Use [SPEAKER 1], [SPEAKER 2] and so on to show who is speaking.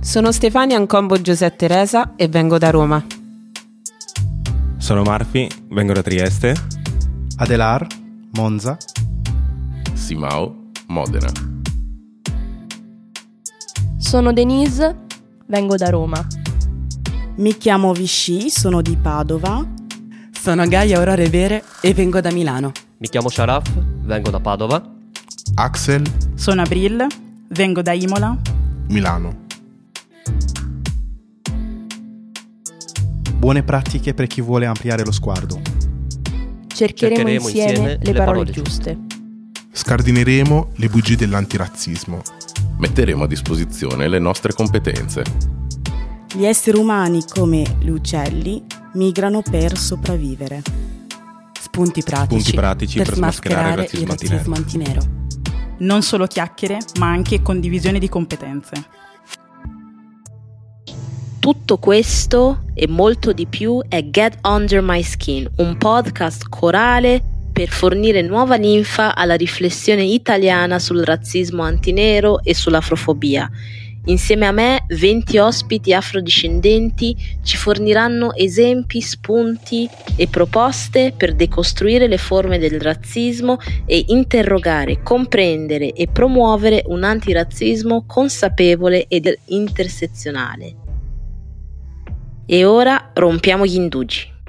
[SPEAKER 1] Sono Stefania Ancombo Giuseppe Teresa e vengo da Roma.
[SPEAKER 2] Sono Marfi, vengo da Trieste.
[SPEAKER 3] Adelar, Monza.
[SPEAKER 4] Simao, Modena.
[SPEAKER 5] Sono Denise, vengo da Roma.
[SPEAKER 6] Mi chiamo Vichy, sono di Padova.
[SPEAKER 7] Sono Gaia Aurore Vere e vengo da Milano.
[SPEAKER 8] Mi chiamo Sharaf, vengo da Padova.
[SPEAKER 9] Axel.
[SPEAKER 10] Sono Abril, vengo da Imola.
[SPEAKER 9] Milano.
[SPEAKER 3] Buone pratiche per chi vuole ampliare lo sguardo.
[SPEAKER 5] Cercheremo, Cercheremo insieme, insieme, le parole, parole giuste.
[SPEAKER 9] Scardineremo le bugie dell'antirazzismo.
[SPEAKER 4] Metteremo a disposizione le nostre competenze.
[SPEAKER 6] Gli esseri umani, come gli uccelli, migrano per sopravvivere.
[SPEAKER 7] Spunti pratici,
[SPEAKER 2] Spunti pratici
[SPEAKER 7] per, per smascherare il razzismo antinero.
[SPEAKER 10] Non solo chiacchiere, ma anche condivisione di competenze.
[SPEAKER 11] Tutto questo e molto di più è Get Under My Skin, un podcast corale per fornire nuova linfa alla riflessione italiana sul razzismo antinero e sull'afrofobia. Insieme a me 20 ospiti afrodiscendenti ci forniranno esempi, spunti e proposte per decostruire le forme del razzismo e interrogare, comprendere e promuovere un antirazzismo consapevole ed intersezionale. E ora rompiamo gli indugi.